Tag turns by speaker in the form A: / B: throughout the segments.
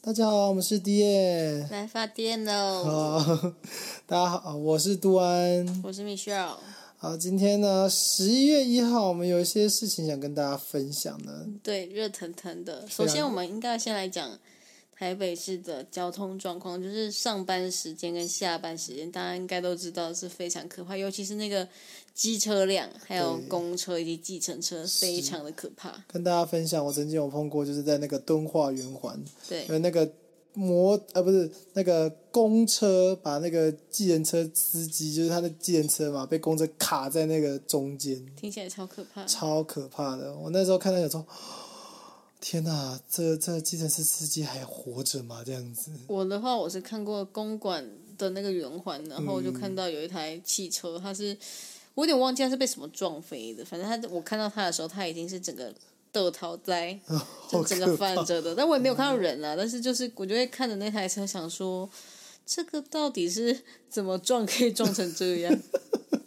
A: 大家好，我们是 D 耶。
B: 来发电喽！
A: 好，大家好，我是杜安。
B: 我是 Michelle，
A: 好，今天呢，十一月一号，我们有一些事情想跟大家分享呢。
B: 对，热腾腾的。首先，我们应该先来讲台北市的交通状况，就是上班时间跟下班时间，大家应该都知道是非常可怕，尤其是那个机车辆、还有
A: 对
B: 公车以及计程车，非常的可怕。
A: 跟大家分享，我曾经有碰过，就是在那个敦化圆环，
B: 对，
A: 有那个摩呃不是那个公车把那个计程车司机，就是他的计程车嘛，被公车卡在那个中间，
B: 听起来超可怕。
A: 超可怕的。我那时候看到有时候，天哪，这这计程车司机还活着吗？这样子。
B: 我的话，我是看过公馆的那个圆环，然后我就看到有一台汽车，它是我有点忘记它是被什么撞飞的，反正它我看到它的时候，它已经是整个得逃灾， 就整个翻着的，但我也没有看到人啊，但是就是我就会看着那台车，想说这个到底是怎么撞可以撞成这 样。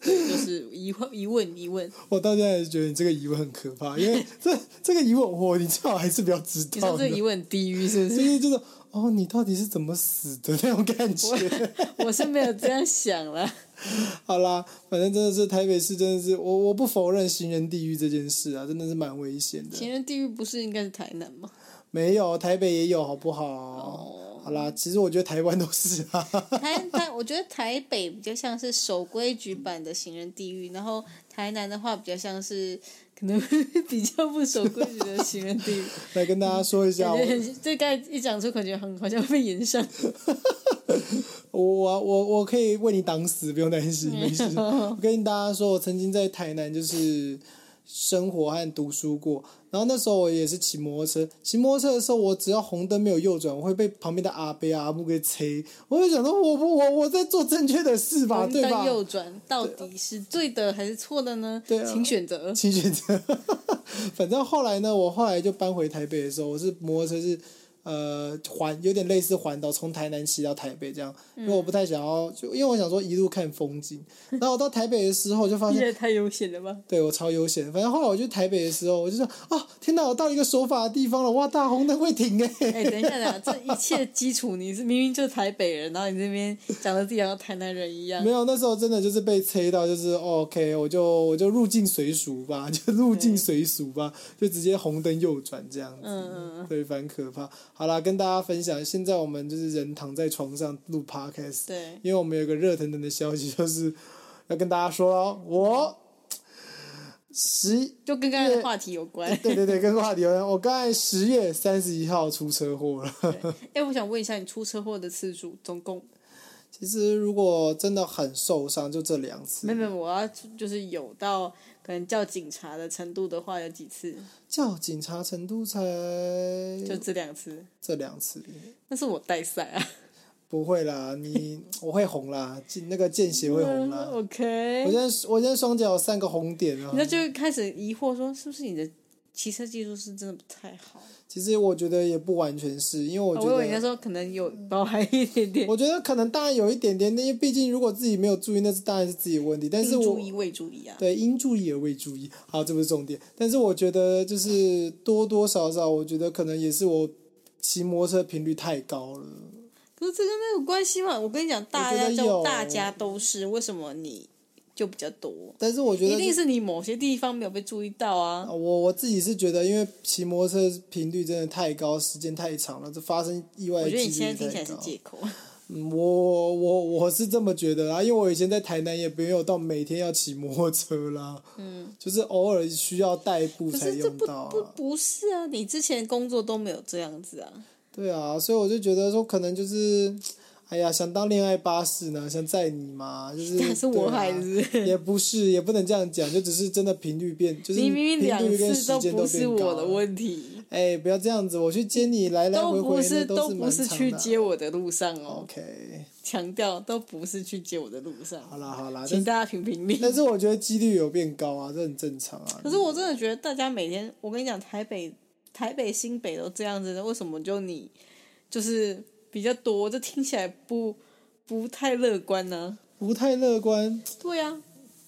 B: 对，就是疑问疑问疑问，
A: 我到现在还是觉得你这个疑问很可怕， 因为这这个疑问我你最好还是不要知
B: 你
A: 道
B: 说这
A: 的，
B: 个疑
A: 就
B: 问低于是不是？
A: 是就是哦，你到底是怎么死的那种感觉？
B: 我是没有这样想啦。
A: 好啦，反正真的是台北市，真的是我我不否认行人地狱这件事啊，真的是蛮危险的。
B: 情人地狱不是应该是台南 吗？
A: 没有，台北也有，好不好？
B: 哦
A: 好啦，其实我觉得台湾都是啊。
B: 台台，我觉得台北比较像是守规矩版的行人地狱，然后台南的话比较像是可能 比较不守规矩的行人 地狱。
A: 来跟大家说一下，我
B: 感觉很，这刚才一讲出，感觉很好像被延上。
A: 我我啊我我可以为你挡死，不用担心，没事。我跟大家说，我曾经在台南就是生活和读书过，然后那时候我也是骑摩托车，骑摩托车的时候，我只要红灯没有右转，我会被旁边的阿伯啊阿布给催，我就想说，我不我我在做正确的事吧，
B: 红
A: 啊对吧
B: 灯？右转到底是对的还是错的呢？
A: 对啊
B: 请选择。
A: 请选择。 反正后来呢，我后来就搬回台北的时候，我是摩托车是呃环有点类似环岛，从台南骑到台北这样，因为我不太想要，就因为我想说一路看风景。然后我到台北的时候，我就发
B: 依
A: 现。
B: 然太悠闲了吧？
A: 对我超悠闲，反正后来我去台北的时候，我就说啊，天哪，我到一个守法的地方了，哇，大红灯会停哎、
B: 哎、等一下，等一 下，这一切基础你是明明就是台北人，然后你这边讲的自己好像台南人一 样
A: 没。有，那时候真的就是被催到，就是、哦 OK，我就我就入境随俗吧，就入境随俗吧，就直接红灯右转这样子，
B: 嗯嗯
A: 对，反可怕。好啦，跟大家分享，现在我们就是人躺在床上录 Podcast，
B: 对，
A: 因为我们有个热腾腾的消息， 就是要跟大家说咯我十
B: 就跟刚才的话题有关。
A: 对对对，跟话题有关，我刚才十月三十一号出车祸了。
B: 哎、我想问一下，你出车祸的次数总共？
A: 其实如果真的很受伤，就这两次
B: 没。有没有，我要就是有到可能叫警察的程度的话，有几次？
A: 叫警察程度才
B: 就这两次。
A: 这两次，
B: 那是我带赛啊。
A: 不会啦， 你我会红啦，进那个见血会红啦。
B: 嗯 OK
A: 我现在我现在双脚有三个红点啊
B: 你。那就开始疑惑说，是不是你的骑车技术是真的不太好？
A: 其实我觉得也不完全是，因为我
B: 啊
A: 觉
B: 我以为你那
A: 得。嗯
B: 时候可能有包含一点点
A: 我觉得可能当然有一点点，因为毕竟如果自己没有注意，那是当然是自己的问题。但是
B: 应
A: 我
B: 注意未注意啊。
A: 对，应注意而未注意，好，这不是重点。但是我觉得就是多多少少，我觉得可能也是我骑摩托车频率太高了。
B: 可是这跟那有关系嘛？我跟你讲，大
A: 觉
B: 家
A: 得
B: 就
A: 有
B: 大家都是，为什么你就比较多？
A: 但是我觉
B: 一
A: 得哦
B: 定是你某些地方没有被注意到啊。
A: 我我自己是觉得，因为骑摩托车频率真的太高，时间太长了，这发生意外
B: 我
A: 的
B: 觉
A: 几
B: 得
A: 率
B: 你现在听起
A: 太
B: 来是
A: 高。
B: 借口。
A: 嗯，我我我是这么觉得啦，因为我以前在台南也没有到每天要骑摩托车啦，嗯， 就是偶尔需要代步
B: 可
A: 才
B: 是这
A: 用
B: 不
A: 到、啊
B: 不不是啊，你之前工作都没有这样子啊。
A: 对啊，所以我就觉得说，可能就是，哎呀，想当恋爱巴士呢，想载你嘛，就是。
B: 但 是我还
A: 对啊
B: 是
A: 也不是，也不能这样讲，就只是真的频率变，就是
B: 你
A: 频
B: 明明两
A: 率跟
B: 次
A: 时间
B: 不是
A: 变
B: 我
A: 高
B: 的
A: 了。
B: 问题，
A: 哎，不要这样子，我去接你来来回
B: 都不
A: 回
B: 是
A: 那
B: 都
A: 是
B: 不
A: 蛮
B: 是
A: 长
B: 去
A: 的啊。
B: 接我的路上哦，
A: OK，
B: 强调都不是去接我的路上。
A: 好啦好啦，但
B: 请
A: 是
B: 大家评评理。
A: 但是我觉得几率有变高啊，这很正常啊。
B: 可是我真的觉得大家每天，我跟你讲，台北、台北、新北都这样子的，为什么就你就是比较多？这听起来不不太乐观呢、
A: 不太乐观，
B: 对啊，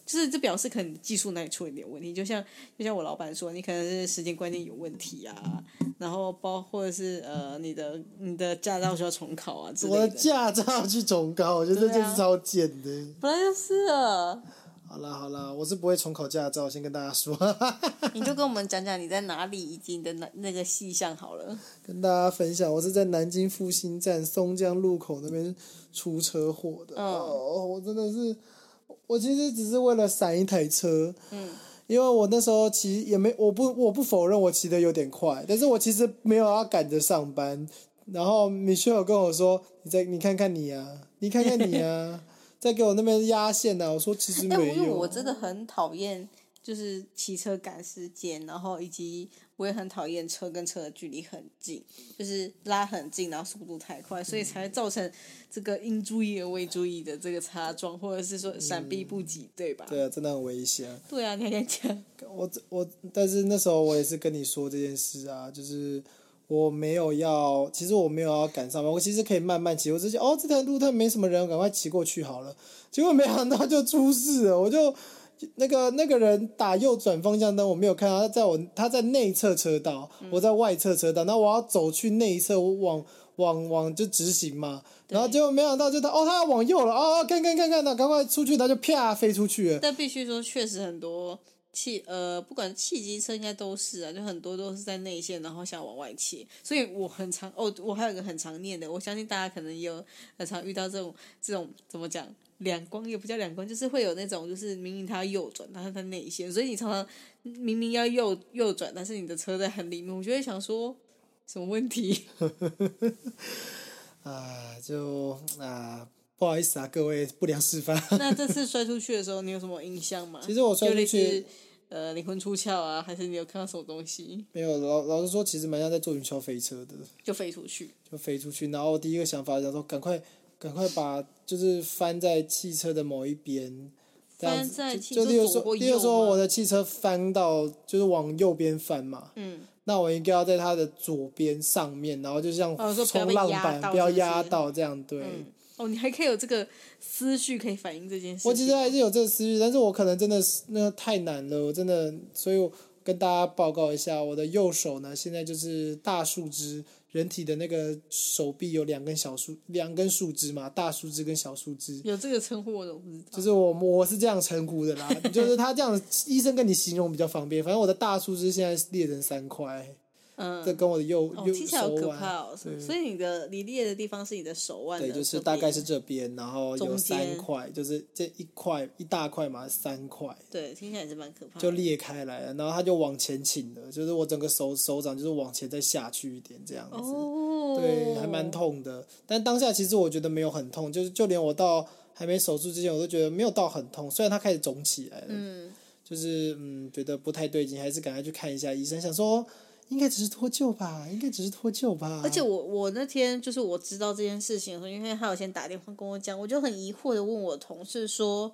B: 就是这表示可能技术哪里出了一点问题，就像就像我老板说，你可能是时间观念有问题啊，然后包或者是呃你的你的驾照需要重考啊之类
A: 我的
B: 的。啊
A: 驾照去重考，我觉得这件事超贱的。
B: 本来就是啊，
A: 好啦好啦，我是不会重考驾照，先跟大家说，
B: 你就跟我们讲讲你在哪里以及你的那那个细项好了。
A: 跟大家分享，我是在南京复兴站松江路口那边出车祸的。
B: 嗯
A: 哦，我真的是，我其实只是为了闪一台车，
B: 嗯，
A: 因为我那时候骑也没，我不我不否认我骑的有点快，但是我其实没有要赶着上班。然后米歇尔跟我说：“你再你看看你啊，你看看你 啊，再给我那边压线呐、啊。”我说：“其实
B: 哎、我
A: 没
B: 因为
A: 有。
B: 我真的很讨厌就是骑车赶时间，然后以及我也很讨厌车跟车的距离很近，就是拉很近，然后速度太快，所以才会造成这个应注意而未注意的这个擦撞，或者是说闪避不及，对吧？
A: 对啊，真的很危险。
B: 对啊，你还在讲，
A: 我我，但是那时候我也是跟你说这件事啊，就是我没有要，其实我没有要赶上班，我其实可以慢慢骑，我只是想哦这条路它没什么人，赶快骑过去好了。结果没想到就出事了，我就那个那个人打右转方向灯，我没有看到，他在我他在内侧车道，我在外侧车道，那我要走去内侧，我往往往就直行嘛。
B: 对
A: 然后结果没想到就他哦，他要往右了哦，看看看看，那赶快出去，他就啪飞出去了。
B: 但必须说，确实很多汽呃，不管汽机车应该都是啊，就很多都是在内线，然后想往外切。所以我很常哦，我还有一个很常念的，我相信大家可能也有很常遇到这种这种怎么讲两光，也不叫两光，就是会有那种就是明明它要右转，但是它内线，所以你常常明明要右右转，但是你的车在很里面，我就会想说什么问题？
A: 啊，就啊，不好意思啊，各位不良示范。
B: 那这次摔出去的时候，你有什么印象吗？
A: 其实我摔
B: 就
A: 出
B: 类
A: 去
B: 似呃灵魂出窍啊，还是你有看到什么东西
A: 没有，老老实说，其实蛮像在坐云霄飞车的，
B: 就飞出去？
A: 就飞出去。然后第一个想法想说，赶快赶快把就是翻在汽车的某一边，这样
B: 翻
A: 子
B: 在
A: 就
B: 汽
A: 就
B: 车
A: 例如
B: 左
A: 说，
B: 或
A: 例如
B: 右
A: 说
B: 吗
A: 我的汽车翻到就是往右边翻嘛，
B: 嗯，
A: 那我应该要在它的左边上面，然后就像
B: 哦说不要
A: 冲
B: 被
A: 浪
B: 压
A: 板，
B: 到
A: 不要
B: 是不
A: 压
B: 是
A: 到这样对。
B: 嗯哦，你还可以有这个思绪可以反映这件事情。
A: 我其实还是有这个思绪，但是我可能真的是那个太难了，我真的，所以我跟大家报告一下，我的右手呢，现在就是大树枝，人体的那个手臂有两根小树，两根树枝嘛，大树枝跟小树枝，
B: 有这个称呼，我都不知道。
A: 就是我我是这样称呼的啦， 就是他这样，医生跟你形容比较方便。反正我的大树枝现在是裂成三块，
B: 嗯，
A: 这跟我的右、
B: 哦，
A: 右
B: 听起来好
A: 手
B: 可
A: 腕，
B: 怕哦。
A: 对
B: 所以你的你裂的地方是你的手腕的
A: 对，
B: 这边，
A: 就是大概是这边，然后有
B: 中
A: 三
B: 间
A: 块，就是这一块一大块嘛，三块。
B: 对，听起来也是蛮可怕的。
A: 就裂开来了，然后它就往前倾了，就是我整个手手掌就是往前再下去一点这样子，
B: 哦，
A: 对，还蛮。痛的。但当下其实我觉得没有很痛，就是就连我到还没手术之前，我都觉得没有到很痛，虽然它开始肿起来了，
B: 嗯，
A: 就是嗯觉得不太对劲，还是赶快去看一下医生，想说应该只是脱臼吧，应该只是脱臼吧。
B: 而且我我那天就是我知道这件事情的时候，因为他有先打电话跟我讲，我就很疑惑的问我同事说，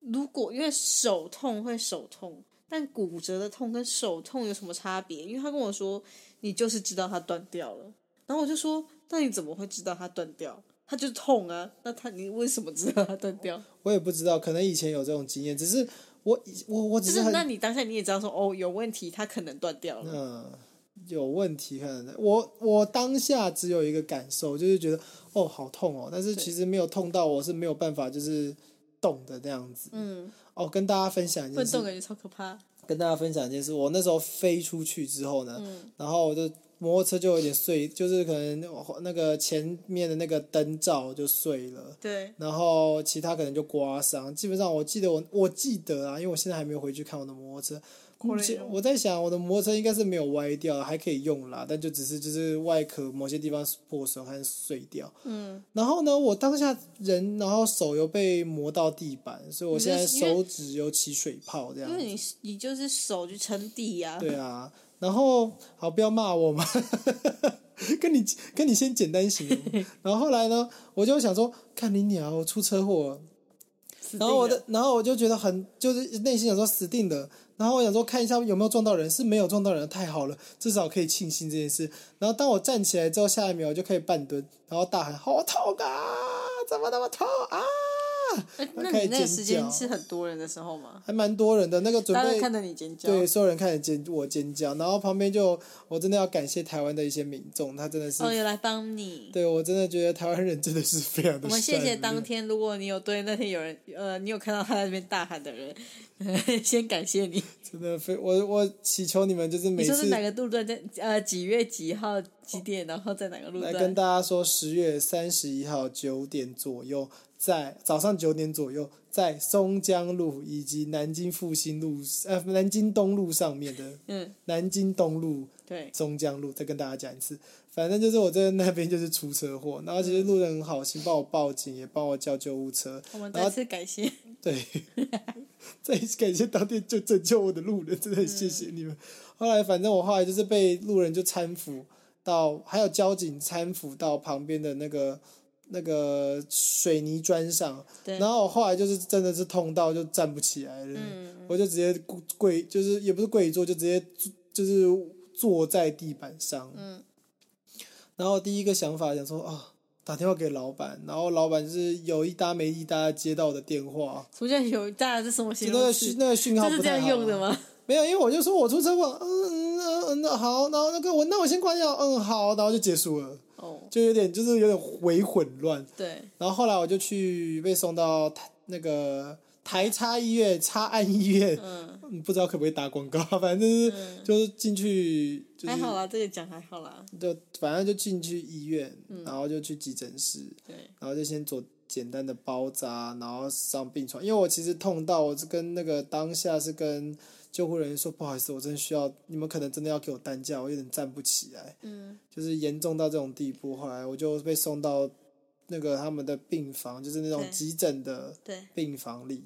B: 如果因为手痛会手痛，但骨折的痛跟手痛有什么差别？因为他跟我说，你就是知道它断掉了，然后我就说，那你怎么会知道它断掉？它就痛啊，那他你为什么知道它断掉？
A: 我也不知道，可能以前有这种经验，只是我以我我
B: 就
A: 只
B: 是
A: 很
B: 那你当下你也知道说，哦，有问题，它可能断掉了。
A: 嗯，有问题看得到我我当下只有一个感受，就是觉得哦好痛哦，但是
B: 对
A: 其实没有痛到我是没有办法就是动的那样子。
B: 嗯，
A: 哦，跟大家分享一件
B: 断
A: 事
B: 动，感觉超可怕。
A: 跟大家分享一件事，我那时候飞出去之后呢，
B: 嗯
A: 然后我就摩托车就有点碎，就是可能那个前面的那个灯罩就碎了。
B: 对，
A: 然后其他可能就刮伤，基本上我记得我我记得啊，因为我现在还没有回去看我的摩托车，
B: 过
A: 目
B: 了一
A: 前
B: 种
A: 我在想我的摩托车应该是没有歪掉，还可以用啦，但就只是就是外壳某些地方破损和碎掉。
B: 嗯，
A: 然后呢，我当下人然后手又被磨到地板，所以我
B: 你
A: 现在
B: 就是因为
A: 手指有起水泡这样
B: 因为
A: 子。
B: 你你就是手去撑地呀、
A: 对啊，然后好不要骂我嘛， 跟你跟你先简单形 容。然后后来呢，我就想说，看你鸟，我出车祸了。
B: 死定
A: 然后我
B: 了
A: 的，然后我就觉得很，就是内心想说死定了。然后我想说看一下有没有撞到人，是没有撞到人，太好了，至少可以庆幸这件事。然后当我站起来之后，下一秒我就可以半蹲，然后大喊好痛啊，怎么那么痛啊？
B: 哎那
A: 开始
B: 你那个
A: 尖
B: 时间
A: 叫
B: 是很多人的时候吗？
A: 还蛮多人的。那个准
B: 大家
A: 备
B: 都看着你尖叫，
A: 对，所有人开始尖我尖叫，然后旁边就我真的要感谢台湾的一些民众，他真的是，
B: 哦，有来帮你。
A: 对我真的觉得台湾人真的是非常的。
B: 我们谢谢当。天，如果你有对那天有人，呃，你有看到他在那边大喊的人， 先感谢你。
A: 真的非我我祈求你们就是
B: 你
A: 每
B: 说是
A: 次
B: 哪个路段在呃几月几号几点，然后在哪个路
A: 来跟
B: 段？
A: 大家说，十月三十一号九点左右，在早上九点左右，在松江路以及南京复兴路呃南京东路上面的
B: 嗯，
A: 南京东路
B: 对，
A: 松江路，再跟大家讲一次。反正就是我在那边就是出车祸，然后其实路人很好心帮我报警，也帮我叫救护车。
B: 我
A: 然
B: 们再
A: 后
B: 次感谢。
A: 对， 再一次感谢当天就拯救我的路人，真的很谢谢你们。后来反正我后来就是被路人就搀扶到，还有交警搀扶到旁边的那个那个水泥砖上，
B: 对，
A: 然后我后来就是真的是痛到就站不起来了，
B: 嗯，
A: 我就直接跪跪，就是也不是跪坐，就直接坐就是坐在地板上。
B: 嗯
A: 然后第一个想法想说啊。打电话给老板，然后老板就是有一搭没一搭地接到我的电话，
B: 什么叫有？大家是什么
A: 就
B: 形
A: 那个
B: 容
A: 讯
B: 词？
A: 那个讯号
B: 这
A: 不
B: 是这
A: 太
B: 样
A: 好
B: 用的
A: 啊？
B: 吗？
A: 没有，因为我就说我出车祸，嗯嗯嗯嗯，那好，然后那个我那我先挂掉，嗯好，然后就结束了，
B: 哦，
A: 就有点就是有点微混乱。
B: 对，
A: 然后后来我就去被送到台那个台差医院、差按医院，
B: 嗯，
A: 嗯不知道可不可以打广告，反正就是、就是进去就是
B: 还好啊啦，这个讲还好啦，
A: 就反正就进去医院，
B: 嗯
A: 然后就去急诊室，
B: 对，
A: 然后就先做简单的包扎，然后上病床。因为我其实痛到，我是跟那个当下是跟救护人员说，不好意思，我真的需要，你们可能真的要给我担架，我有点站不起来，
B: 嗯，
A: 就是严重到这种地步。后来我就被送到那个他们的病房，就是那种
B: 对
A: 急诊的
B: 对，
A: 病房里，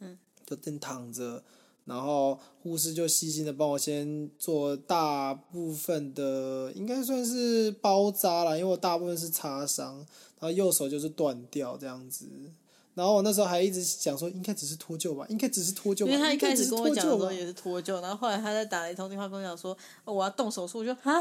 B: 嗯，
A: 就正躺着。然后护士就细心的帮我先做大部分的，应该算是包扎啦，因为我大部分是擦伤，然后右手就是断掉这样子。然后我那时候还一直想说，应该只是脱臼吧，应该只是脱臼
B: 因
A: 吧，
B: 为他一
A: 应该
B: 开
A: 只
B: 始
A: 是
B: 跟
A: 脱
B: 我讲的
A: 臼
B: 时候
A: 吧，
B: 也是脱臼，然后后来他再打了一通电话跟我讲说，哦，我要动手术，我就啊，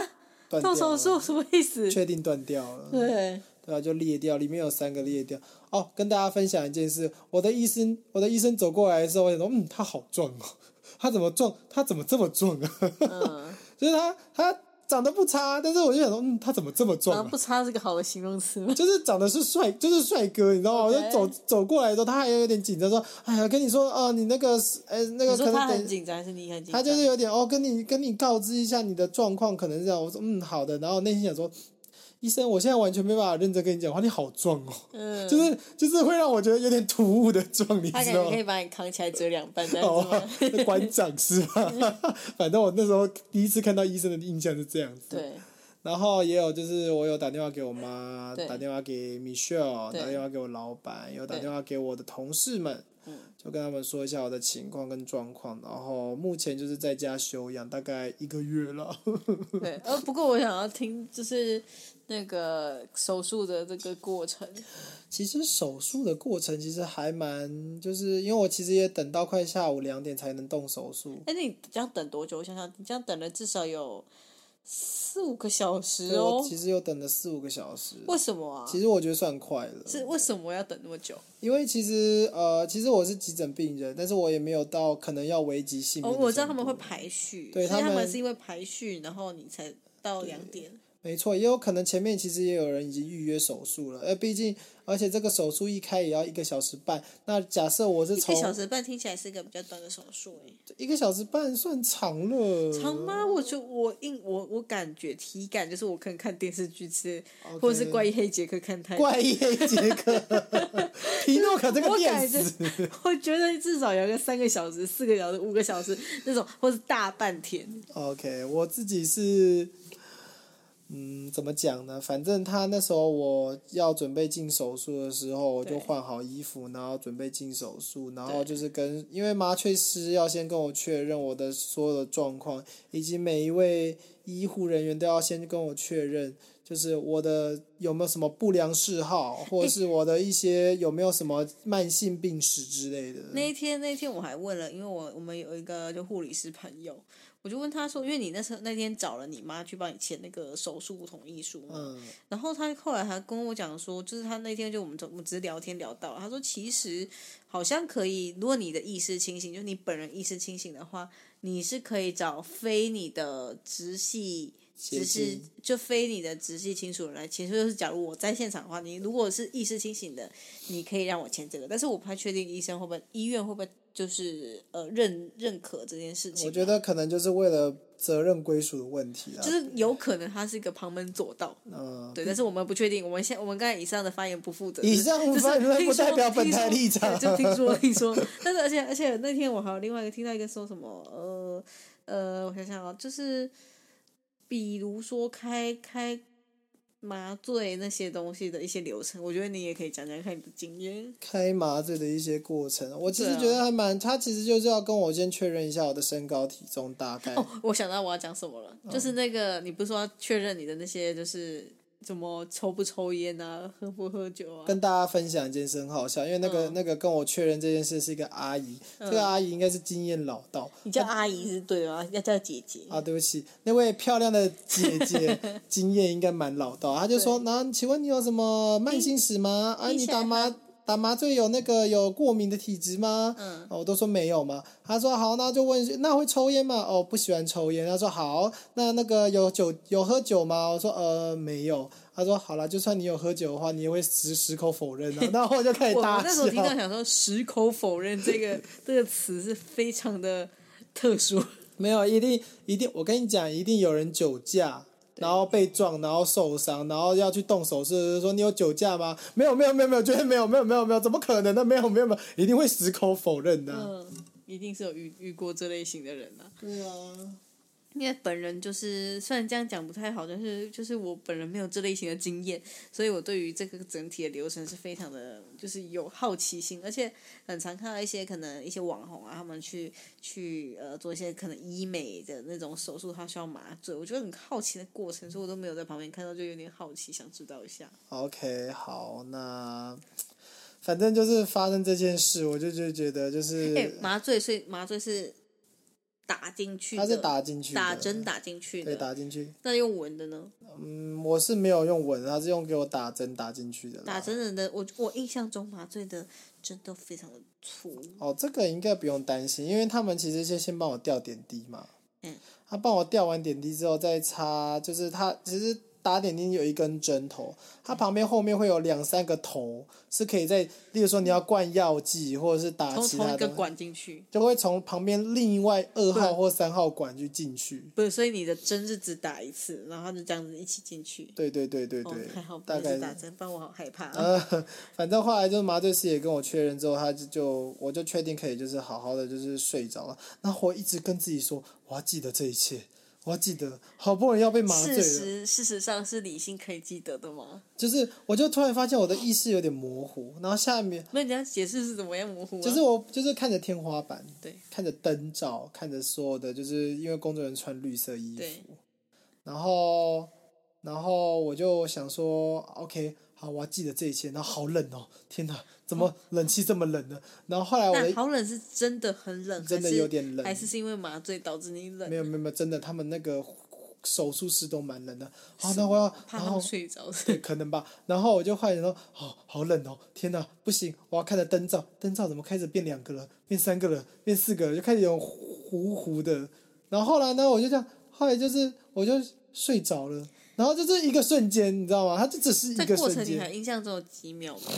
A: 断掉
B: 动手
A: 了
B: 术什么意思？
A: 确定断掉了。
B: 对，
A: 对啊，就裂掉，里面有三个裂掉。哦，跟大家分享一件事，我的医生，我的医生走过来的时候，我想说，嗯，他好壮哦， 他怎么壮？他怎么这么壮啊？
B: 嗯，
A: 就是他他长得不差，但是我就想说，嗯，他怎么这么
B: 然
A: 壮、
B: 后
A: 啊？
B: 不差是个好的形容词吗？
A: 就是长得是帅，就是帅哥，你知道吗？我
B: 嗯 OK
A: 就走走过来的时候，他还有点紧张，说：“哎呀，跟你说哦，你那个是，呃，那
B: 你
A: 个
B: 说
A: 可
B: 他
A: 能
B: 很
A: 等，
B: 紧张还是你很紧
A: 他
B: 张？
A: 就是有点哦，跟你跟你告知一下你的状况，可能是这样。”我说：“嗯，好的。”然后内心想说：“医生，我现在完全没办法认真跟你讲话，你好壮哦。”
B: 嗯，
A: 就是就是会让我觉得有点突兀的壮，你
B: 他
A: 知道
B: 感觉
A: 吗
B: 可？以把你扛起来折两半这样子
A: 哦
B: 吗？，
A: 馆长是 吧？反正我那时候第一次看到医生的印象是这样子。
B: 对，
A: 然后也有就是我有打电话给我妈，
B: 对
A: 打电话给 Michelle，
B: 对
A: 打电话给我老板，有打
B: 对
A: 电话给我的同事们
B: 嗯，
A: 就跟他们说一下我的情况跟状况。然后目前就是在家休养，大概一个月了。
B: 对，呃，不过我想要听就是那个手术的这个过程，
A: 其实手术的过程其实还蛮，就是因为我其实也等到快下午两点才能动手术。
B: 哎，那你这样等多久？我想想，你这样等了至少有四五个小时
A: 对我
B: 哦，
A: 其实又等了四五个小时。
B: 为什么啊？
A: 其实我觉得算快了，
B: 是为什么要等那么久？
A: 因为其实呃，其实我是急诊病人，但是我也没有到可能要危及性
B: 哦，
A: 命。
B: 我知道他们会，排序，
A: 对
B: 所
A: 他
B: 以他
A: 们
B: 们是因为排序，然后你才到两点。
A: 没错，也有可能前面其实也有人已经预约手术了，呃，毕竟而且这个手术一开也要一个小时半。那假设我是
B: 一个
A: 从
B: 小时半听起来是一个比较短的手术，哎，
A: 一个小时半算长了，
B: 长吗？我就我硬我我感觉体感就是我可能看电视剧之类，
A: OK
B: 或者是怪异黑杰克看太
A: 哦怪异黑杰克， 皮诺可这个
B: 我
A: 电
B: 感觉
A: 死。，
B: 我觉得至少有个三个小时、四个小时、五个小时那种，或是大半天。
A: OK，我自己是，嗯，怎么讲呢？反正他那时候我要准备进手术的时候，我就
B: 对
A: 换好衣服，然后准备进手术，然后
B: 对
A: 就是跟因为麻醉师要先跟我确认我的所有的状况，以及每一位医护人员都要先跟我确认。就是我的有没有什么不良嗜好，或者是我的一些有没有什么慢性病史之类的？
B: 那一天，那一天我还问了，因为我我们有一个就护理师朋友，我就问他说，因为你那时候那天找了你妈去帮你签那个手术同意书嘛，
A: 嗯，
B: 然后他后来还跟我讲说，就是他那天就我们我们只是聊天聊到，他说其实好像可以，如果你的意识清醒，就是你本人意识清醒的话，你是可以找非你的直系。
A: 协
B: 直系
A: 进
B: 就非你的直系亲属人来签，所以就是假如我在现场的话，你如果是意识清醒的，你可以让我签这个，但是我不太确定医生会不会医院会不会就是呃认认可这件事情啊。
A: 我觉得可能就是为了责任归属的问题啦
B: 就。是有可能他是一个旁门左道，
A: 嗯，
B: 对，但是我们不确定。我们现我们刚才以上的发言不负责，
A: 以上
B: 就是
A: 发言
B: 听
A: 不代
B: 说
A: 表本
B: 听
A: 台
B: 说
A: 立场
B: 对就听说听说，但是而且而且那天我还有另外一个听到一个说什么呃呃，我想想啊，就是比如说开开麻醉那些东西的一些流程，我觉得你也可以讲讲看你的经验。
A: 开麻醉的一些过程，我其实
B: 对啊
A: 觉得还蛮，他其实就是要跟我先确认一下我的身高体重大概。
B: 哦，我想到我要讲什么了，就是那个你不是说要确认你的那些就是。怎么抽不抽烟啊，喝不喝酒啊？
A: 跟大家分享一件事很好笑，因为那个、
B: 嗯
A: 那个跟我确认这件事是一个阿姨，这个阿姨应该是经验老道
B: 你叫阿姨是对吗？要叫姐姐。
A: 啊，对不起，那位漂亮的姐 姐经验应该蛮老道，她就说：“那请问你有什么慢性史吗？啊，
B: 听
A: 你
B: 起来
A: 打麻
B: 很
A: 打麻醉有那个有过敏的体质吗？”
B: 嗯
A: 哦，我都说没有嘛。她说：“好，那就问那会抽烟吗？哦，不喜欢抽烟。”她说：“好，那那个有酒有喝酒吗？”我说：“呃，没有。”她说：“好啦，就算你有喝酒的话，你也会矢矢口否认啊。”然后我就开始
B: 我
A: 大
B: 我
A: 笑。
B: 那时候听到想说“矢口否认”这个这个词是非常的特殊，
A: 没有，一定一定，我跟你讲，一定有人酒驾，然后被撞，然后受伤，然后要去动手术，就是说你有酒驾吗？没有，没有，没有，没有，绝对没有，没有，没有，没有，怎么可能呢？没有，没有，没有，一定会矢口否认的、
B: 嗯，一定是有遇遇过这类型的人啊。
A: 对啊，
B: 因为本人就是虽然这样讲不太好，但是就是我本人没有这类型的经验，所以我对于这个整体的流程是非常的，就是有好奇心，而且很常看到一些可能一些网红啊，他们去去呃做一些可能医美的那种手术，他需要麻醉，我觉得很好奇的过程，所以我都没有在旁边看到，就有点好奇，想知道一下。
A: OK，好，那反正就是发生这件事，我就就觉得就是、
B: 哎、麻醉，所以麻醉是打进去的，
A: 他是打进去的，
B: 打针打进去
A: 对
B: 的，
A: 打进去。
B: 那用闻的呢？
A: 嗯，我是没有用吻，他是用给我打针打进去的啦。
B: 打针的，我我印象中麻醉的针都非常的粗，
A: 哦，这个应该不用担心，因为他们其实先先帮我吊点滴嘛。
B: 嗯。
A: 他帮我吊完点滴之后再插，就是他其实打点滴有一根针头，
B: 嗯
A: 它旁边后面会有两三个头，是可以在，例如说你要灌药剂或者是打
B: 从
A: 啊其
B: 同
A: 他
B: 一个
A: 的，
B: 管进去。
A: 就会从旁边另外二号
B: 对
A: 或三号管去进去。
B: 不是，所以你的针是只打一次，然后它就这样子一起进去。
A: 对对对对对，
B: 哦，还好不
A: 大概
B: 是
A: 是
B: 打针，不然我好害怕。
A: 呃， 反正后来就是麻醉师也跟我确认之后，他就就我就确定可以就是好好的就是睡着了。然后我一直跟自己说，我要记得这一切，我要记得，好不容易要被麻醉
B: 事
A: 了，
B: 实事实上是理性可以记得的吗？
A: 就是我就突然发现我的意识有点模糊，然后下面
B: 那你要解释是怎么样模糊、啊？
A: 就是我就是看着天花板，
B: 对，
A: 看着灯罩，看着所有的，就是因为工作人员穿绿色衣
B: 对
A: 服，然后然后我就想说，OK，好，我要记得这一切。然后好冷哦，天哪，怎么冷气这么冷呢？然后后来我
B: 那
A: 的
B: 好冷是真的很冷，
A: 真的
B: 还是
A: 有点冷
B: 还是是因为麻醉导致你冷？
A: 没有没有没有，真的，他们那个手术室都蛮冷的。好、那我要，
B: 怕
A: 然
B: 他们
A: 后
B: 睡着 是
A: 对， 可能吧。然后我就幻想说，好、好冷哦，天哪，不行，我要看着灯罩，灯罩怎么开始变两个了，变三个了，变四个了，就开始有糊糊的。然后后来呢，我就这样，后来就是我就睡着了。然后就是一个瞬间，你知道吗？它就只是一
B: 在
A: 个
B: 过
A: 瞬
B: 程你
A: 间。
B: 还印象中有几秒吗？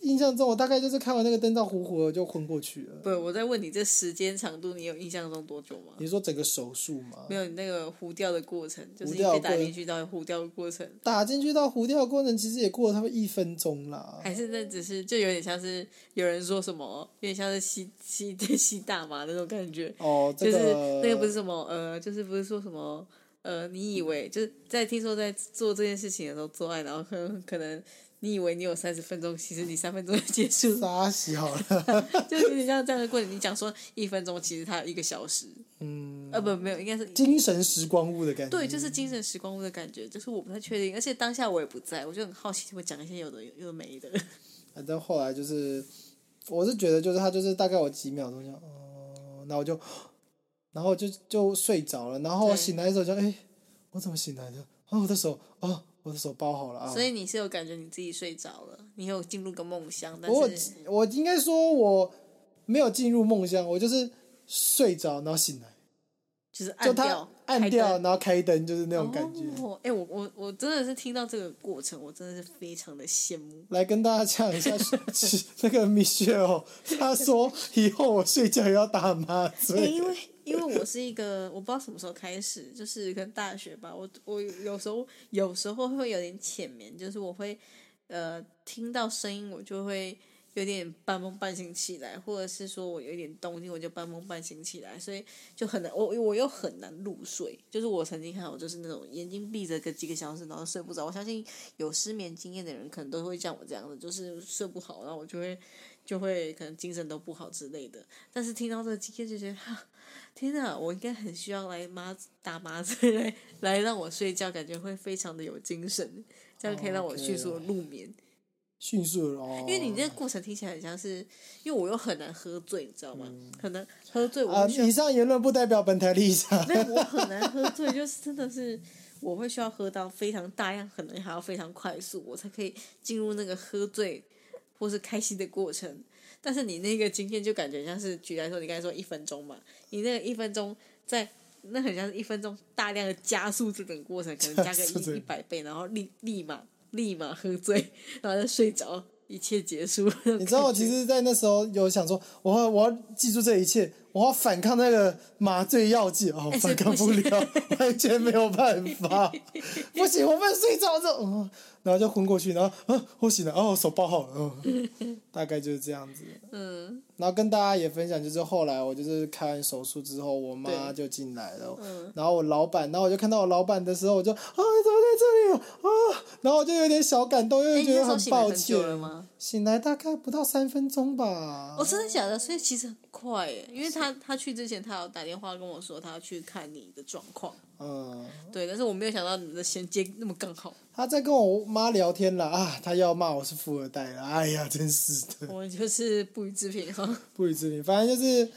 A: 印象中，我大概就是看完那个灯罩糊糊的就昏过去了。
B: 不，我在问你这时间长度，你有印象中多久吗？
A: 你说整个手术吗？
B: 没有，你那个糊掉的过程，就
A: 糊
B: 是你
A: 掉的
B: 被打
A: 过
B: 进去到糊掉的过程，
A: 打进去到糊掉的过程，其实也过了差不多一分钟啦。
B: 还是那只是就有点像是有人说什么，有点像是吸吸 吸大麻那种感觉，
A: 哦，这个、
B: 就是那个不是什么呃，就是不是说什么呃，你以为就是在听说在做这件事情的时候做爱，然后可能可能你以为你有三十分钟，其实你三分钟就结束了，
A: 沙小了。
B: 就有点像这样的过程。你讲说一分钟，其实它有一个小时，
A: 嗯，
B: 呃，不，没有，应该是
A: 精神时光屋的感觉。
B: 对，就是精神时光屋的感觉，就是我不太确定，而且当下我也不在，我就很好奇，会讲一些有的有的没的。
A: 反正后来就是，我是觉得就是他就是大概有几秒钟就，哦、那我就然后就就睡着了，然后
B: 对
A: 我醒来的时候就哎、我怎么醒来的？啊，我的手啊，我的手包好了啊。
B: 所以你是有感觉你自己睡着了，你有进入个梦乡，但
A: 我
B: 是
A: 我应该说我没有进入梦乡，我就是睡着然后醒来，
B: 就是
A: 就
B: 按
A: 他
B: 掉
A: 按
B: 开
A: 掉
B: 灯
A: 然后开灯，就是那种感觉。
B: 哦，哎、我我我真的是听到这个过程，我真的是非常的羡慕。
A: 来跟大家讲一下，是那个 Michelle，他说以后我睡觉也要打麻
B: 哎，
A: 醉
B: 因。为因为我是一个，我不知道什么时候开始，就是可能大学吧，我我有时候有时候会有点浅眠，就是我会呃听到声音，我就会有点半梦半醒起来，或者是说我有一点动静，我就半梦半醒起来，所以就很难，我我又很难入睡。就是我曾经看我就是那种眼睛闭着个几个小时，然后睡不着。我相信有失眠经验的人，可能都会像我这样子，就是睡不好，然后我就会就会可能精神都不好之类的。但是听到这个经验就觉得， 哈，天哪，我应该很需要来麻打麻醉来来让我睡觉，感觉会非常的有精神，这样可以让我迅速的入眠。
A: 迅速了哦，
B: 因为你这个过程听起来很像是，因为我又很难喝醉，你知道吗？很难喝醉，我
A: 啊、
B: 会需要
A: 以上言论不代表本台立 场。
B: 但我很难喝醉，就是真的是我会需要喝到非常大量，可能还要非常快速，我才可以进入那个喝醉或是开心的过程。但是你那个经验就感觉像是，举例来说，你刚才说一分钟嘛，你那个一分钟在那很像是一分钟大量的加速这种过程，可 能加个
A: 加速这
B: 一一百倍，然后立立马立马喝醉，然后就睡着，一切结束。
A: 你知道，我其实，在那时候有想说，我要我要记住这一切，我要反抗那个麻醉药剂哦，
B: 哎
A: 反
B: 所以
A: 抗
B: 不
A: 不
B: 行
A: 了，完全没有办法，不行，我不能睡着这、嗯，然后就昏过去，然后嗯，我醒了，哦，手包好了，嗯，大概就是这样子。
B: 嗯，
A: 然后跟大家也分享，就是后来我就是开完手术之后，我妈就进来了，
B: 嗯
A: 然后我老板，然后我就看到我老板的时候，我就啊，你怎么在这里啊？然后我就有点小感动，又
B: 哎，你
A: 觉
B: 那
A: 得
B: 时候
A: 很
B: 醒来
A: 抱
B: 很
A: 歉。
B: 久了吗？
A: 醒来大概不到三分钟吧。
B: 哦，真的假的？所以其实很快耶，因为他他去之前，他有打电话跟我说他要去看你的状况，
A: 嗯，
B: 对，但是我没有想到你的衔接那么刚好，
A: 他在跟我妈聊天啦啊，他要骂我是富二代啦，哎呀，真是的，
B: 我们就是不予置评哈。
A: 不予置评。反正就是，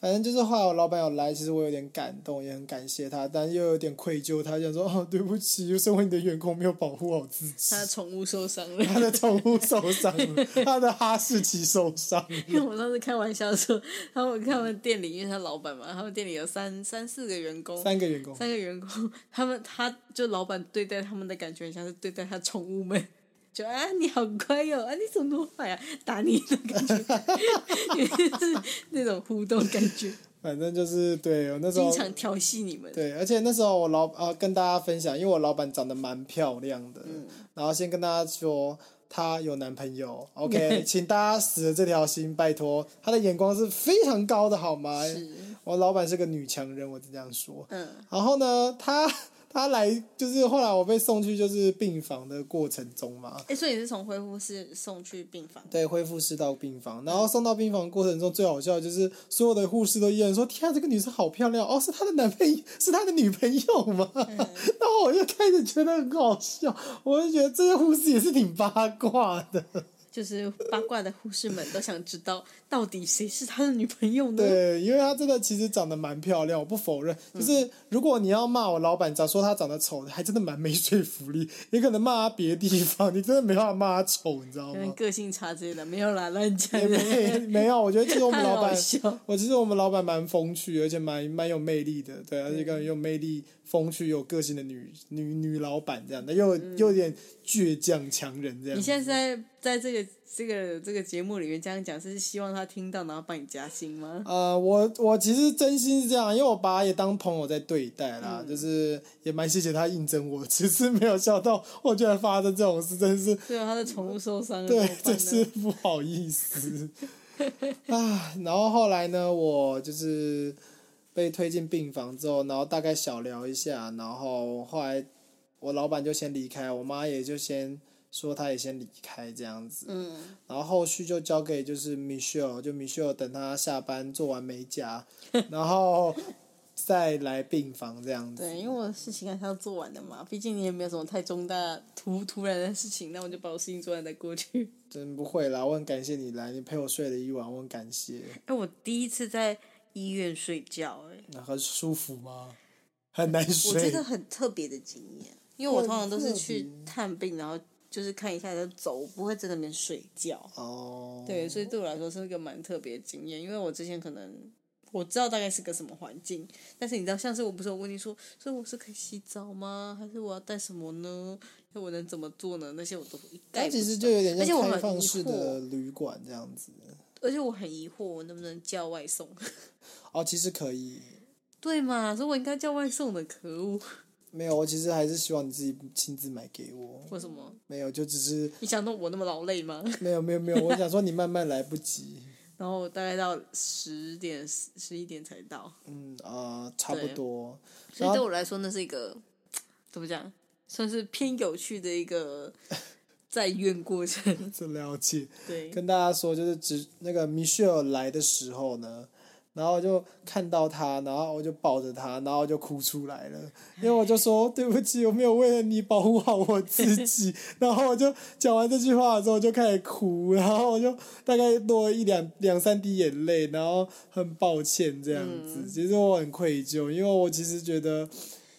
A: 反正就是后来我老板有来，其实我有点感动，也很感谢他，但又有点愧疚。他想说，哦，对不起，身为你的员工，没有保护好自己
B: 他。的宠物受伤
A: 他
B: 了，
A: 的宠物受伤了，他的哈士奇受伤了。
B: 因为 我上次开玩笑说，他们他们店里，因为他老板嘛，他们店里有三三四个员工，
A: 三个员工，
B: 三个员工，他们他就老板对待他们的感觉，像是对待他宠物们，就啊你好乖哟、啊你怎么那么坏啊，打你的感觉， 就是那种互动感觉。
A: 反正就是对我那时候
B: 经常调戏你们。
A: 对，而且那时候我老呃跟大家分享，因为我老板长得蛮漂亮的，
B: 嗯
A: 然后先跟大家说她有男朋友，OK，请 大家死了这条心，拜托，她的眼光是非常高的，好吗？
B: 是，
A: 我老板是个女强人，我只这样说。
B: 嗯，
A: 然后呢，她她来就是后来我被送去就是病房的过程中嘛，
B: 哎、所以你是从恢复室送去病房？
A: 对，恢复室到病房，然后送到病房过程中最好笑的就是所有的护士都依然说：“天啊，这个女生好漂亮哦，是她的男朋友，是她的女朋友吗？” 然后我就开始觉得很好笑，我就觉得这些护士也是挺八卦的。
B: 就是八卦的护士们都想知道，到底谁是他的女朋友呢？
A: 对，因为她真的其实长得蛮漂亮，我不否认。就是如果你要骂我老板，假如说她长得丑，还真的蛮没说服力。你可能骂她别的地方，你真的没办法骂她丑，你知道
B: 因为
A: 吗？
B: 个性差之类的，没有啦，乱讲
A: 也 没
B: 的。
A: 没有，我觉得其实我们
B: 太
A: 老
B: 好
A: 板
B: 笑，
A: 我其实我们老板蛮风趣，而且蛮蛮有魅力的，对，而
B: 嗯
A: 且一个很有魅力、风趣、有个性的女女女老板这样的，又又有点倔强强人这
B: 嗯你
A: 样。
B: 现在在在这个这个这个节目里面这样讲，是希望他听到然后帮你加薪吗？
A: 呃，我我其实真心是这样，因为我把他也当朋友在对待啦，
B: 嗯
A: 就是也蛮谢谢他应征我，只是没有想到我居然发生这种事，真是
B: 对啊，他的宠物受伤了，
A: 对
B: 怎么，
A: 真
B: 办呢
A: 是不好意思 啊。然后后来呢，我就是被推进病房之后，然后大概小聊一下，然后后来我老板就先离开，我妈也就先说她也先离开这样子，
B: 嗯，
A: 然后后续就交给就是 Michelle，就 Michelle 等她下班做完美 甲，然后再来病房这样子。
B: 对，因为我的事情还是要做完的嘛，毕竟你也没有什么太重大突突然的事情，那我就把我事情做完再过去。
A: 真不会啦，我很感谢你来，你陪我睡了一晚，我很感谢。
B: 哎，我第一次在医院睡觉、欸，哎，
A: 那很舒服吗？很难
B: 我觉
A: 睡
B: 得。很特别的经验，因为我通常都是
A: 很特
B: 去探病，然后就是看一下就走，我不会在那边睡觉。
A: 哦，
B: 对，所以对我来说是一个蛮特别的经验，因为我之前可能我知道大概是个什么环境，但是你知道，上次我不是有问你说，所以我是可以洗澡吗？还是我要带什么呢？那我能怎么做呢？那些我都一
A: 它
B: 概不知
A: 其
B: 道。
A: 实就有点
B: 而且我
A: 像开
B: 很
A: 放
B: 疑
A: 式
B: 惑
A: 的旅馆这样子。
B: 而且我很疑惑，我能不能叫外送？
A: 哦，其实可以，
B: 对嘛？所以我应该叫外送的，可恶！
A: 没有，我其实还是希望你自己亲自买给我。
B: 为什么？
A: 没有，就只是
B: 你想弄我那么劳累吗？
A: 没有没有没有，我想说你慢慢来不及。
B: 然后大概到十点十一点才到，
A: 嗯啊、差不
B: 对
A: 多。
B: 所
A: 然
B: 以对
A: 后
B: 我来说，那是一个怎么讲，算是偏有趣的一个 在院过程。
A: 这了解，
B: 对，
A: 跟大家说，就是只那个 Michelle 来的时候呢，然后就看到他，然后我就抱着他，然后我就哭出来了，因为我就说对不起，我没有为了你保护好我自 己。然后我就讲完这句话之后，我就开始哭，然后我就大概落了一两两三滴眼泪，然后很抱歉这样子。
B: 嗯
A: 其实我很愧疚，因为我其实觉得。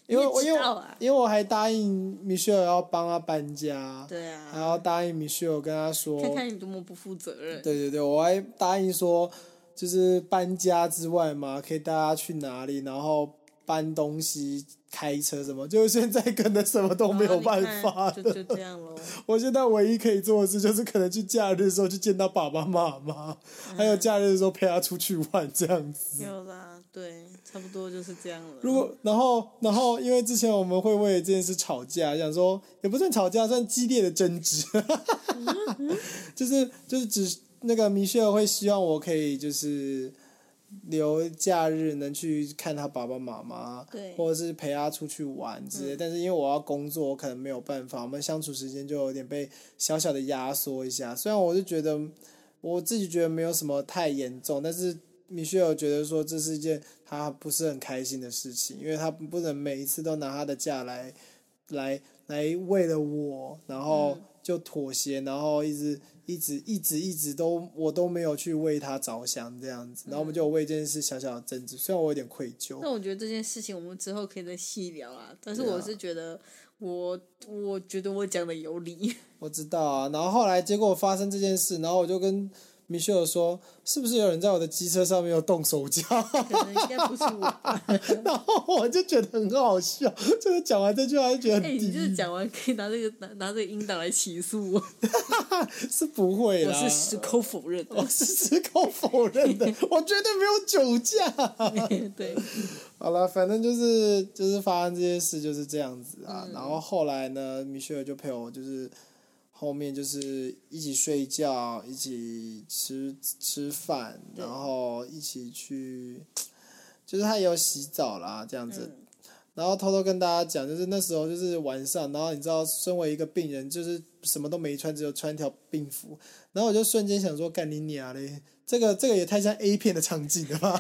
A: 因为我
B: 你
A: 因
B: 也
A: 为
B: 知道
A: 我
B: 啊
A: 因为我还答应 Michelle 要帮他搬家，
B: 对
A: 还
B: 啊，
A: 要答应 Michelle 跟他说，
B: 看看你多么不负责任。
A: 对对对，我还答应说，就是搬家之外嘛，可以带他去哪里，然后搬东西、开车什么。就是现在可能什么都没有办
B: 好
A: 法
B: 啊你看就就这样喽。
A: 我现在唯一可以做的事，就是可能去假日的时候去见到爸爸妈妈，还
B: 嗯
A: 有假日的时候陪他出去玩这样子。
B: 没有啦，对，差不多就是这样了。
A: 如果然后然后，因为之前我们会为这件事吵架，想说也不算吵架，算激烈的争执， 就是就是只那个米歇尔会希望我可以就是留假日能去看他爸爸妈妈，
B: 对嗯
A: 或者是陪他出去玩之类。但是因为我要工作，我可能没有办法，我们相处时间就有点被小小的压缩一下。虽然我是觉得我自己觉得没有什么太严重，但是米歇尔觉得说这是一件他不是很开心的事情，因为他不能每一次都拿他的假来来来为了我，然
B: 嗯
A: 后就妥协，然后一直一直一直一直都我都没有去为他着想这样
B: 嗯
A: 子，然后我们就有为这件事小小的争执，虽然我有点愧疚，
B: 但我觉得这件事情我们之后可以再细聊啦。但是
A: 对啊
B: 我是觉得我，我觉得我讲的有 理。
A: 我知道啊，然后后来结果发生这件事，然后我就跟。米歇尔说：“是不是有人在我的机车上面有动手脚？”
B: 可能应该不是我吧。
A: 然后我就觉得很好笑，就是讲完这句话就觉得很
B: 哎、
A: 低
B: 你就是讲完可以拿这个拿拿这个音档来起诉我，
A: 是不会
B: 我
A: 啦，
B: 是矢口否认
A: 我
B: 的。
A: 是矢口否认的，我绝对没有酒驾。
B: 对，
A: 好了，反正就是就是发生这些事就是这样子
B: 嗯
A: 啊。然后后来呢，米歇尔就陪我就是后面就是一起睡觉，一起吃吃饭，
B: 对
A: 然后一起去，就是他也有洗澡啦，这样子。
B: 嗯
A: 然后偷偷跟大家讲，就是那时候就是晚上，然后你知道，身为一个病人，就是什么都没穿，只有穿一条病服，然后我就瞬间想说，干你娘嘞！这个这个也太像 A 片的场景了吧！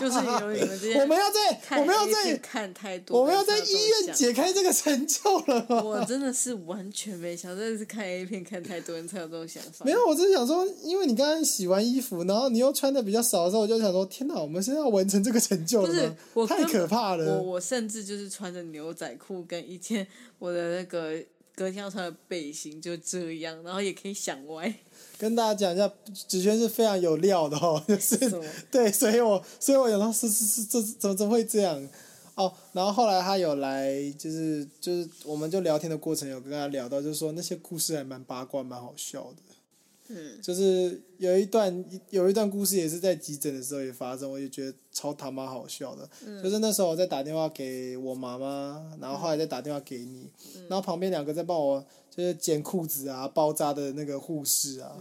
B: 就是因为你们这些
A: 我们要在
B: 啊看
A: 我们要
B: A 片
A: 在
B: 看太多，
A: 我们要在
B: 没法
A: 医
B: 动
A: 院
B: 向。
A: 解开这个成就了。
B: 我真的是完全没想，真的是看 A 片看太多，人才有这种想法。
A: 没，有，我只是想说，因为你刚刚洗完衣服，然后你又穿的比较少的时候，我就想说，天哪，我们现在要完成这个成就
B: 不
A: 了
B: 是
A: 吗？
B: 我
A: 太
B: 根本
A: 可怕
B: 我
A: 了！
B: 我甚至就是穿着牛仔裤跟一件我的那个隔天要穿的背心就这样，然后也可以想歪。
A: 跟大家讲一下，子轩是非常有料的哦，就是
B: 什么
A: 对，所以我所以我想到是是是，这怎么怎么会这样？哦，然后后来他有来，就是就是我们就聊天的过程有跟他聊到，就是说那些故事还蛮八卦，蛮好笑的。
B: 嗯，
A: 就是有一段有一段故事也是在急诊的时候也发生，我也觉得超他妈好笑的。就是那时候我在打电话给我妈妈，然后后来再打电话给你，然后旁边两个在帮我就是剪裤子啊、包扎的那个护士啊，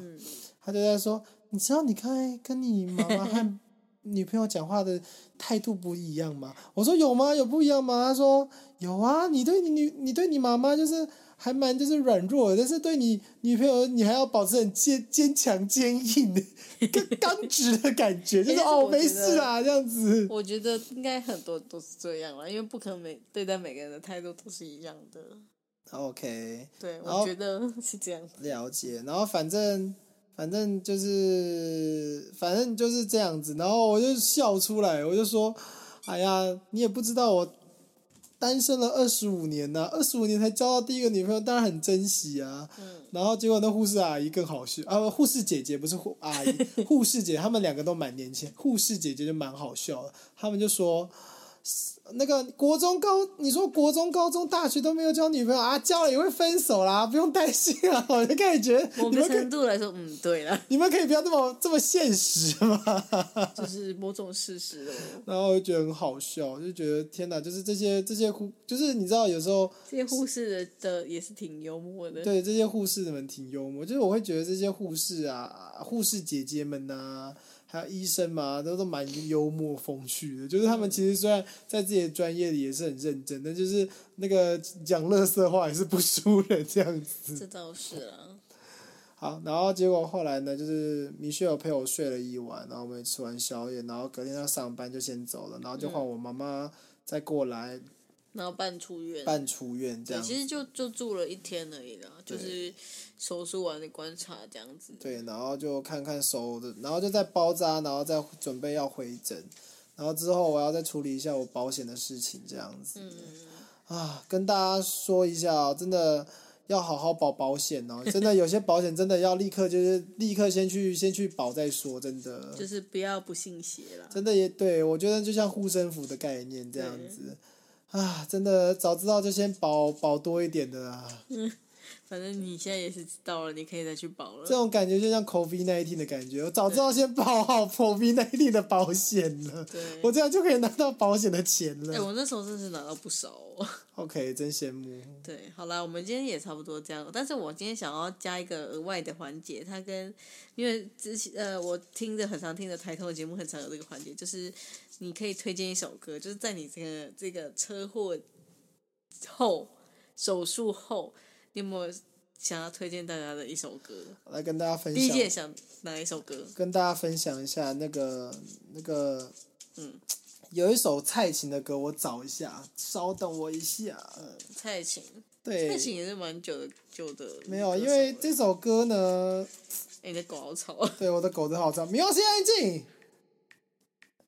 A: 他就在说，你知道你刚才跟你妈妈和女朋友讲话的态度不一样吗？我说有吗？有不一样吗？他说有啊，你对你女你对你妈妈就是还蛮就是软弱的，但是对你女朋友你还要保持很坚坚强坚硬的 跟刚直的感觉，就是
B: 但是
A: 哦
B: 我觉得
A: 没事啦这样 子。
B: 我觉得应该很多都是这样了，因为不可能每对待每个人的态度都是一样的。
A: OK，
B: 对，
A: 然后
B: 我觉得是这样。
A: 了解。然后反正反正就是反正就是这样子，然后我就笑出来，我就说：“哎呀，你也不知道我单身了二十五年呐、2二十五年才交到第一个女朋友，当然很珍惜啊。然后结果那护士阿姨更好笑啊，护士姐姐不是护阿姨，护士姐她们两个都蛮年轻，护士姐姐就蛮好笑的，她们就说。那个国中高，你说国中、高中、大学都没有交女朋友啊，交了也会分手啦，不用担心啊。我就开始觉得
B: 某
A: 你
B: 个
A: 们可以
B: 程度来说，嗯，对了，
A: 你们可以不要这么这么现实吗？
B: 就是某种事实哦。
A: 然后我就觉得很好笑，就觉得天哪，就是这些这些护，就是你知道有时候
B: 这些护士的的也是挺幽默的，
A: 对这些护士们挺幽默，就是我会觉得这些护士啊、护士姐姐们呐、还有医生嘛，都都蛮幽默风趣的。就是他们其实虽然在自己的专业里也是很认真，但就是那个讲乐色话也是不输人这样子。
B: 这倒是啦。
A: 好，然后结果后来呢，就是米歇尔陪我睡了一晚，然后我们也吃完宵夜，然后隔天要上班就先走了，然后就
B: 嗯
A: 换我妈妈再过来
B: 然后办出院，
A: 办出院这
B: 对，
A: 样。
B: 其实就就住了一天而已啦，就是手术完的观察这样子。
A: 对，然后就看看手的，然后就在包扎，然后再准备要回诊，然后之后我要再处理一下我保险的事情，这样子。
B: 嗯
A: 啊，跟大家说一下哦，真的要好好保保险哦，真的有些保险真的要立刻就是立刻先去先去保再说，真的。
B: 就是不要不信邪啦。
A: 真的也对我觉得就像护身符的概念这样子，啊，真的早知道就先保保多一点的啦。
B: 反正你现在也是知道了，你可以再去保
A: 这
B: 了。
A: 种感觉就像 COVID nineteen 的感觉，我早知道先保好 COVID nineteen 的保险了，
B: 对，
A: 我这样就可以拿到保险的钱
B: 哎、
A: 了。
B: 我那时候真是拿到不少、哦。
A: OK，真羡慕。
B: 对，好啦，我们今天也差不多这样。但是我今天想要加一个额外的环节，它跟因为之前呃，我听着很常听的台通的节目很常有这个环节，就是你可以推荐一首歌，就是在你这个这个车祸后手术后，你有没有想要推荐大家的一首歌？
A: 来跟大家分
B: 第一件
A: 享，
B: 想哪一首歌？
A: 跟大家分享一下那个那个，
B: 嗯，
A: 有一首蔡琴的歌，我找一下，稍等我一下。
B: 蔡琴，
A: 对，
B: 蔡琴也是蛮久的久的。
A: 没有，因为这首歌呢，
B: 哎、你的狗好吵。
A: 对，我的狗真好叫，冥王星安静。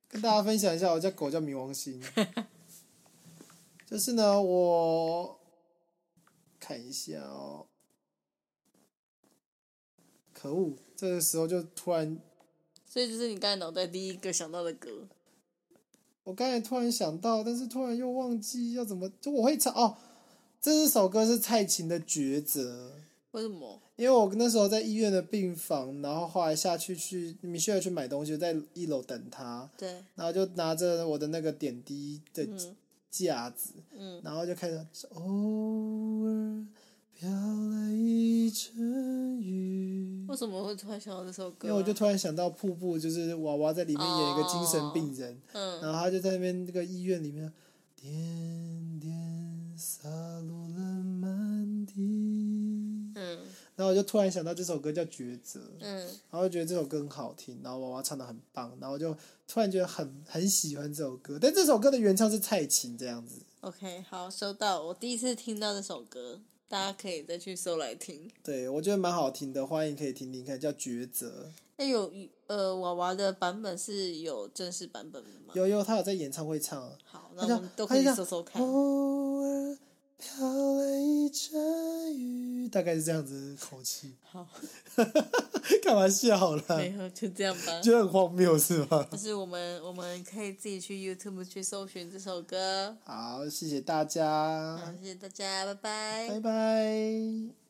A: 跟大家分享一下，我家狗叫冥王星。就是呢，我看一下哦。可恶，这个时候就突然，
B: 所以就是你刚才脑袋第一个想到的歌。
A: 我刚才突然想到，但是突然又忘记要怎么，就我会唱哦。这首歌是蔡琴的《抉择》。
B: 为什么？
A: 因为我那时候在医院的病房，然后后来下去去米歇尔去买东西，我在一楼等他，
B: 对，
A: 然后就拿着我的那个点滴的
B: 嗯
A: 架子，
B: 嗯，
A: 然后就开始偶尔飘来一阵雨。
B: 为什么会突然想到这首歌啊、
A: 因为我就突然想到瀑布，就是娃娃在里面演一个精神病人，
B: 嗯，
A: 然后他就在那边那个医院里面，点点洒落了满地。
B: 嗯
A: 然后我就突然想到这首歌叫《抉择》，
B: 嗯
A: 然后觉得这首歌很好听，然后娃娃唱的很棒，然后就突然觉得很很喜欢这首歌。但这首歌的原唱是蔡琴这样子，
B: ，OK，好，收到。我第一次听到这首歌，大家可以再去搜来听。
A: 对我觉得蛮好听的，欢迎可以听听看，叫《抉择
B: 那有呃娃娃的版本是有正式版本的吗》。？
A: 悠悠他有在演唱会唱啊，
B: 好，哦
A: 他
B: 那我
A: 叫
B: 们都
A: 他
B: 可以
A: 叫
B: 搜搜看。
A: 偶尔飘来一阵雨，大概是这样子的口气。
B: 好，
A: 干嘛笑啦？
B: 没有，就这样吧。
A: 觉得很荒谬是吗？
B: 就是我们我们可以自己去 YouTube 去搜寻这首歌。
A: 好，谢谢大家
B: 好，，谢谢大家，拜
A: 拜拜。